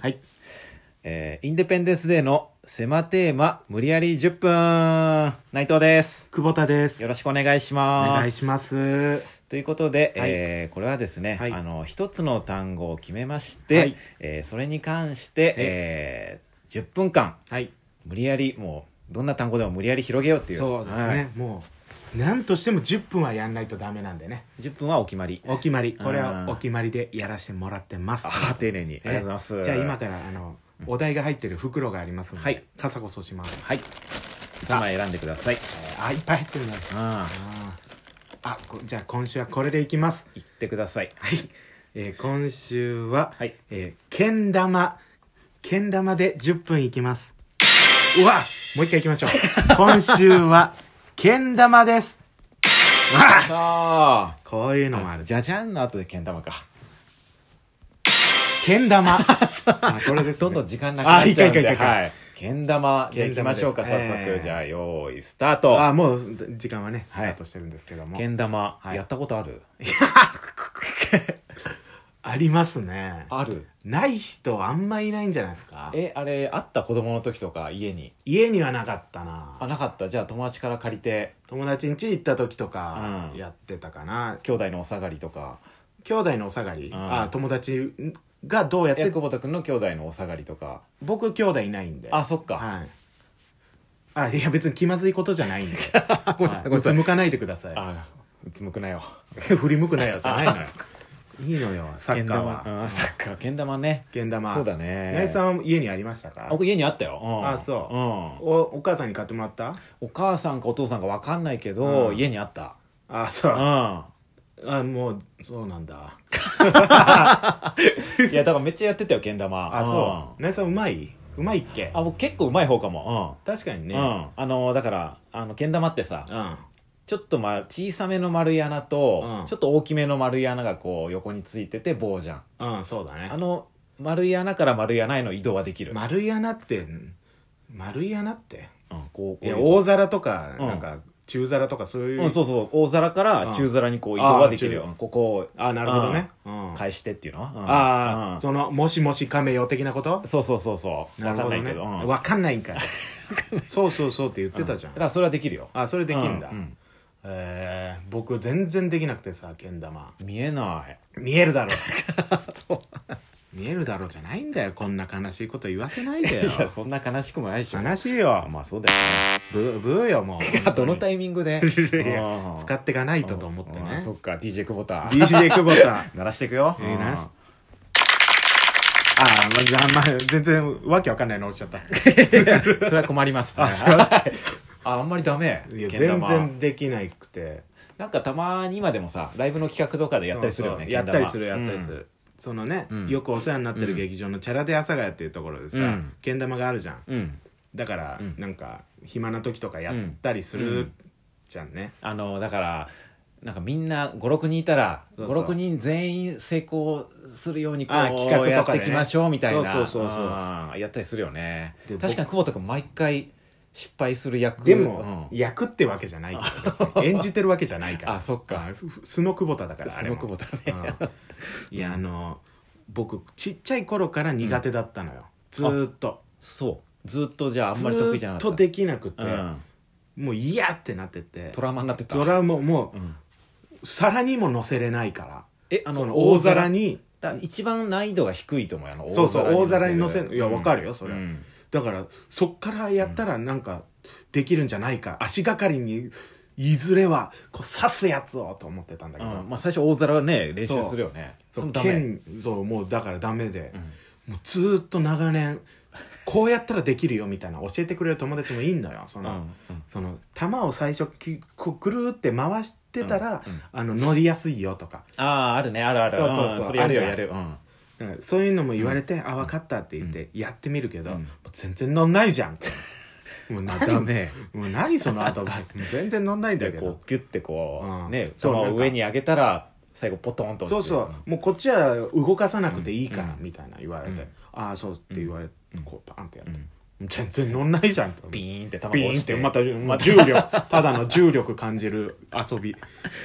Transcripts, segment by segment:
はい。えーインデペンデンスデーの狭テーマ、無理やり10分、内藤です。久保田です。よおろしくお願いします。願いします。ということで、はいえーこれはですね、はいあの一つの単語を決めまして、はいえーそれに関して、えー10分間はい。無理やりもうどんな単語でも無理やり広げようっていうそうですね。はいもう、なんとしても10分はやんないとダメなんでね。 10分はお決まりお決まり。これうはんお決まりでやらせてもらってます。あー丁寧にありがとうございますじゃあ今から、あの、お題が入ってる袋がありますので、はい傘こそします。はい1枚選んでくださいあ、いっぱい入ってるな。あああーあ、こじゃあ今週はこれでいきます。言ってくださいはい。えー今週は、はいえー、けん玉。けん玉で10分いきます。うわもう一回いきまし ょう。今週は、けん玉です。わさああこういうのもある。じじゃゃじゃんの後でけん玉かけ ん玉。あ、これです、ね。どんどん時間なくなっちゃうんあいいかいいかでいいかはいけん玉でいきましょうかけん早玉です速、えーじゃあ用意スタートあ、もう、時間はね、スタはいートしてるんですけども。けん玉、はいやったことある ありますね。あるない人あんまいないんじゃないですか。えあれあった子供の時とか家に家にはなかったな。あなかったじゃあ友達から借りて友達ん家行った時とかうんやってたかな、兄弟のお下がりとか兄弟のお下がり、んあ友達がどうやっえて久保田君の兄弟のお下がりとか僕兄弟いないんであそっか、はいあいや別に気まずいことじゃないんであ ごめんなさいごめうんなさついむかないでくださいあうつむくなよ振り向くなよじゃないのよあそっかいいのよサッカーはけん玉うんサッカーけん玉ねけん玉そうだね八重さんは家にありましたあか僕家にあったよ、うんあそううんおお母さんに買ってもらったお母さんかお父さんか分かんないけど、うん家にあったあそううんあもうそうなんだいやだからめっちゃやってたよけん玉 あそう八重さんうまいうまいっけうんあ僕結構うまい方かも確かにうん、ねうんあのだからあのけん玉ってさうんちょっと、ま、小さめの丸い穴と、うんちょっと大きめの丸い穴がこう横についてて棒じゃんうんそうだねあの丸い穴から丸い穴への移動はできる、丸い穴って丸い穴ってうん、こうこういやう大皿とか、うんなんか中皿とかそういう、うん、そうそう大皿から中皿にこう移動はできるよ、うここをあなるほどね、うん返してっていうのは、うあんあ、うんそのもしもし亀よ的なことそうそうそうそうなる分かほどんなねいけど、うんわかんないん かいそうそうそうって言ってたじゃん、うだからそれはできるよあそれできんだ、ううんえー僕全然できなくてさけん玉見えない見えるだろそう 見えるだろじゃないんだよこんな悲しいこと言わせないでいやよそんな悲しくもないでしょ悲しいあよまあそうだよねブーブーよもいやう どのタイミングで いや使っってかないとと思ってねそっか DJ 久保田 DJ 久保 田鳴らしていくよ、えーうん鳴らしああ、まあ、まあ、全然わけわかんないの落ちちゃ った。 それは困ります、あすいませはい ああんまりダメいや、けん全玉然できなくて。なんかたまに今でもさライブの企画とかでやったりするよそうねそうやけんっ玉たりする、やったりする。そのね、うんよくお世話になってる劇場のチャラで阿佐ヶ谷っていうところでさ、うんけん玉があるじゃん。うん、うんだから、うんなんか、暇な時とかやったりすうるんじゃんね。あのだからなんかみんな56人いたらそうそう56人全員成功するようにこあーう企画やとっかてでいねきましょうみたいなそうそうそうそうんやったりするよねで僕確かに久保田君毎回失敗する役でも、うん役ってわけじゃないけど、 別に演じてるわけじゃないから。あそっかあふ素の久保田だから、あすれごも。くもだねうんいや、あの、僕、ちっちゃい頃から苦手だったのよ。ずーっと。そうずっとじゃああんまり得意じゃなかずーっったとできなくて、うんもう嫌ってなっててトラウマになってたドラももうんう皿にも乗せれないからえああのの大皿にだ一番難易度が低いと思うよあのそうそう大皿に乗せるいやわかるよそれうんだからそっからやったらなんかできるんじゃないか、足がかりにいずれはこう刺すやつをと思ってたんだけど、うんまあ最初大皿はね練習するよねそのうため剣そうもうだからダメでう、んもうずーっと長年こうやったらできるよみたいな教えてくれる友達もいいんだよその、うんその球を最初きこうくるーって回してたら、うんうんあの乗りやすいよとかあああるねあるあるそうそうそうんそれやるよあやるじるうんうんそういうのも言われて、あ分かったって言ってやってみるけど、うんもう全然乗んないじ ゃんもうなダメもう何そのアドバイス全然乗んないんだでけこどうギュッてこうんうねそう球なんをか上に上げたら最後ポトンとそう落ちてそう、もうこっちは動かさなくていいから、うんみたいな言われて、うんああそうって言われて、うんこうパンってやっうて、ん全然乗んないじゃんとピーンって球がピ落ーンちっててまたまた重力ただの重力感じる遊び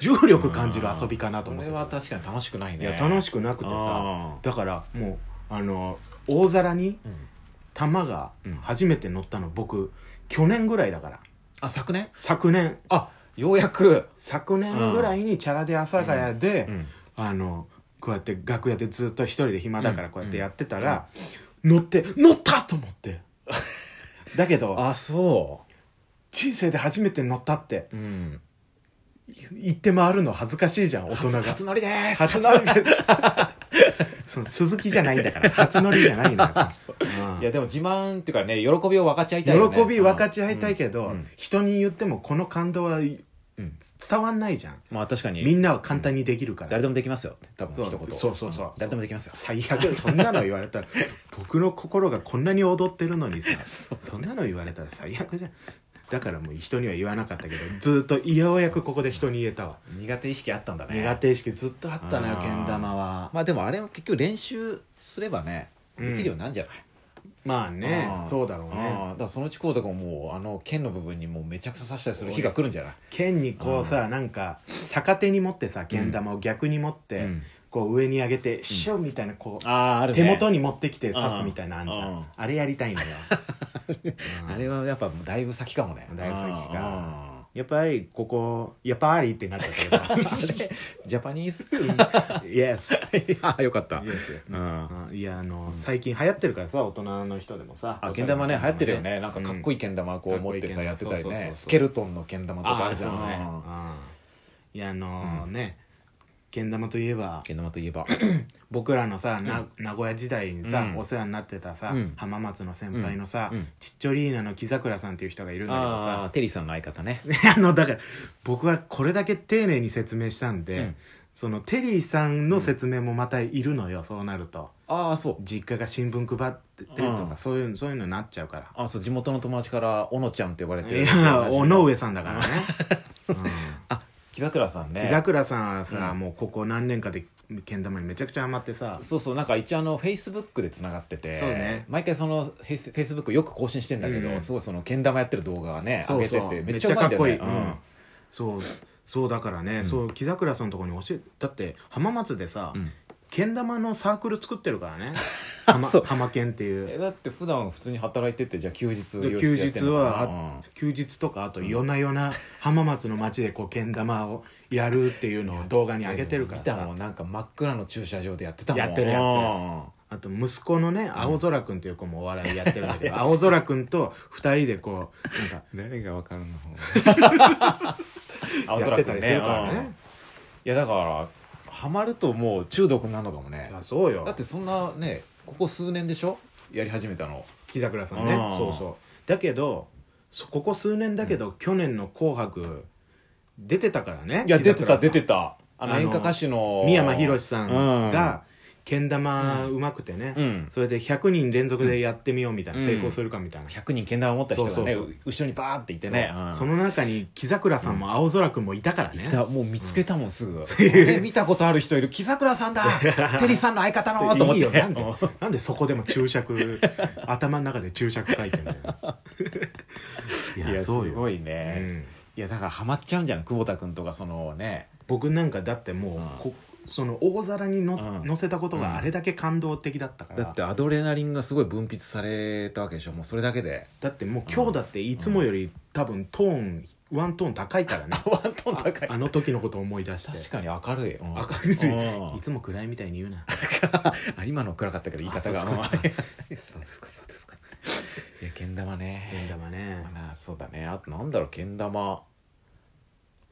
重力感じる遊びかなとそ思っれては確かに楽しくないいねや楽しくなくてさあーだからもうあの大皿にうん玉がうん初めて乗ったの僕去年ぐらいだからあ昨年昨年あようやく、昨年ぐらいにチャラで阿佐ヶ谷で、うんあのこうやって楽屋でずっと一人で暇だからうんこうやってやってたら、乗って乗ったと思って だけどあそ人生で初めて乗ったってう、うん、言って回るの恥ずかしいじゃん大人が初初乗りです初乗り ですその鈴木じゃないんだから 初乗りじゃないんだから、うんいやでも自慢っていうかね喜びを分かち合いたいよね喜び分かち合いたいけど、うんうん人に言ってもこの感動は伝うんわんないじゃんまあ確かにみんなは簡単にできるから、誰でもできますよ多分そう一言そうそうそうん誰でもできますよ最悪そんなの言われ たら僕の心がこんなに踊ってるのにさそんなの言われたら最悪じゃんだからもう人には言わなかったけどずっとようやくここで人に言えたわ、苦手意識あったんだね苦手意識ずっとあったのよあーけん玉はまあでもあれは結局練習すればねうでんきるようになるんじゃない、まあねあーそうだろうああねだからそのうちこうとかももうあの剣の部分にもうめちゃくちゃ刺したりする日が来るんじゃない剣にこうさなんか逆手に持ってさけん玉を逆に持って、うんこう上に上げてシュッみたいなこう、あああるね手元に持ってきて刺すみたいなのあんじゃうんんあれやりたいんだようん あれはやっぱだいぶ先かもねだいぶ先かあやっぱりここやっぱりってなっちゃったけどあれジャパニーズ Yes ああよかった、 Yes うん、いやあの最近流行ってるからさ大人の人でもさあけん玉ね流行ってるよねなんかかっこいいいけん玉こう持ってさうんやってたりそうそうそうそねうスケルトンのけん玉とかあああるじそゃうんねううんんいやあのうんねけん玉といえばけん玉といえば僕らのさなう名古屋時代にさうんお世話になってたさうん浜松の先輩のさうんうんちっちょリーナの木桜さんっていう人がいるんだけどああさテリーさんの相方ね あのだから僕はこれだけ丁寧に説明したんうでんそのテリーさんの説明もまたいるのよそうなると。ああそう実家が新聞配っててとか、うんそういうそういうのになっちゃうかあそう地元の友達から「おのちゃん」って呼ばれらているや尾上ささんだ からね、うんあ木桜さんね木桜さんはさ、うんもうここ何年かでけん玉にめちゃくちゃハマってさそうそうなんか一応あのフェイスブックでつながっててそうね毎回そのフェイスフェイスブックよく更新してんだけど、うんすごいそのけん玉やってる動画がねそうそう上げててめっちゃうまいんだよねめっちゃかっこいいうんそうそうだからね、うんそう木桜さんのとこに教えだって浜松でさ、うんけん玉のサークル作ってるから ねそう浜けんっていえうだって普段普通に働いててじゃあ休日で用意してやってんのか休な日はうん休日とかあとうん夜な夜な浜松の街でこうけん玉をやるっていうのを動画に上げてるから見たさもんなんか真っ暗の駐車場でやってたもんやってるやってるあと息子のねん青空くんっていう子もお笑いやってるんだけど 青空くんと二人でこうなんか誰がわかるのやってたりするからねいやだからハマるともう中毒になるのかもねいやそうだよってそんなねここ数年でしょやり始めたの木桜さんねうんそうそうだけどそここ数年だけど、去年の「紅白」出てたからねいや木出て桜たさん出てたああのの演歌歌手の三山ひろしさうんがけん玉うまくてね、うんそれで100人連続でやってみようみたいな、うん成功するかみたいな、 100人けん玉を持った人がねそうそうそうう後ろにバーっていてねそううんその中に木桜さんも青空くんもいたからね、いたもう見つけたもんすぐ、え見たことある人いる木桜さ んだテリさんの相方のと思っいていよなんでうんなんでそこでも注釈 頭の中で注釈書いてん だよいやそうすよ、ごいうね、ん、いやだからハマっちゃうんじゃない久保田君とかそのね僕なんかだってもう、うんこその大皿にの、うん乗せたことうんがあれだけ感動的だったから、だってアドレナリンがすごい分泌されたわけでしょもうそれだけでだってもう今日だっていつもより多分トーンワントーン高いからねワントーン 高いあの時のことを思い出して確かに明るい、うん明るいうんいつも暗いみたいに言うなあ今の暗かったけど言い方あがそうですかうんそうですかそうですかいやけん玉けんね玉ねまあそうだねあとなんだろうけん玉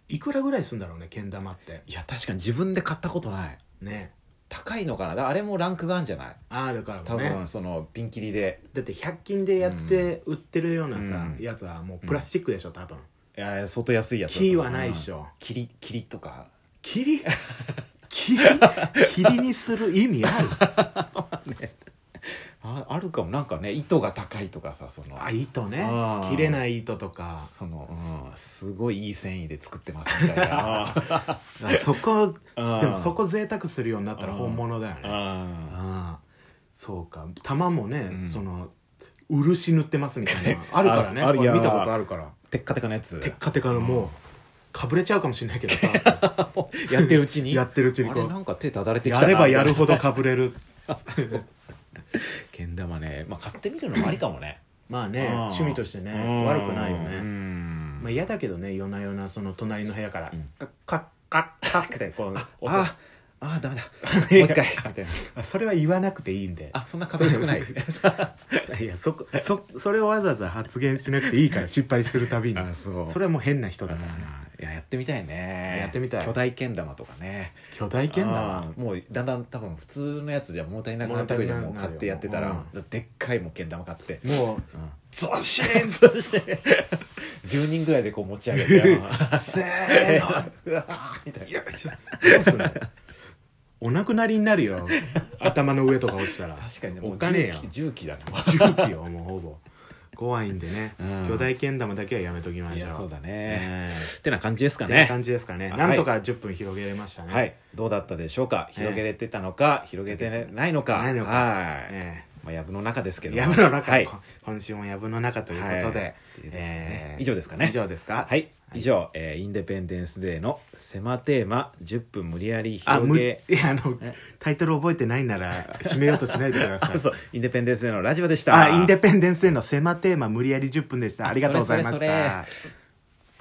いくらぐらいするんだろうねけん玉っていや確かに自分で買ったことないね高いのかなだからあれもランクがあるんじゃないあるから多もね分そのピンキリでだって100均でやって売ってるようなさ、うんやつはもうプラスチックでしょ多分、いや相当安いやつだと思う木はないでしょキリキリとか 霧霧霧にする意味あるああるかもなんかね糸が高いとかさそのあ糸ねあー切れない糸とかその、うん、すごいいい繊維で作ってますみた いなあそこで あーもそこ贅沢するようになったら本物だよねあああそうか玉もね、うんその漆塗ってますみたいなあるからねああるこれいや見たことあるからーテッカテカのやつテッカテカのもう、うんかぶれちゃうかもしれないけどさ やってるうちにやってるうちにあこれうなんか手ただれてきたやな ればやるほどかぶれるけん玉ね、まあ、買ってみるのもありかもねまあねうん趣味としてねうん悪くないよねうんまあ、嫌だけどね夜な夜なその隣の部屋からうんカッカッカッカッってこう音 ああダメだいもうや 一回みたいなそれは言わなくていいんであそんな数少ないそう いやそこそそれをわざわざ発言しなくていいから失敗するたびに あそうそれはもう変な人だからねあーいややってみたいねやってみたい巨大けん玉とかね巨大剣あだーもうだんだん多分普通のやつじゃ物足りなくなってくるじゃんも物う足りなくなるよ買ってやってたらでっかいもうけん玉買ってもううんゾシンそ う して10人ぐらいでこう持ち上げてせーえのーうわー みたいなどうすんのお亡くなりになるよ頭の上とか落ちたら確かにねもおう金や重機重機だな重機よもうほぼ怖いんでね、うん巨大けん玉だけはやめときまいしょうやそうだねええってな感じですかってなね感じですかね、はいなんとか10分広げれましたね、はいどうだったでしょうか広げれてたのか広げてないのかないのかはいえまあやぶの中ですえけどやぶの中、はいこ今週もやぶの中ということで、はいっていうですねえー以上ですかね以上ですかはい以上えーインデペンデンスデーの狭テーマ10分無理やりあ広むいげやあのえタイトル覚えてないなら締めようとしないでくださいあ そうインデペンデンスデーのラジオでしたあインデペンデンスへの狭テーマ無理やり10分でしたありがとうございましたそれそれそれ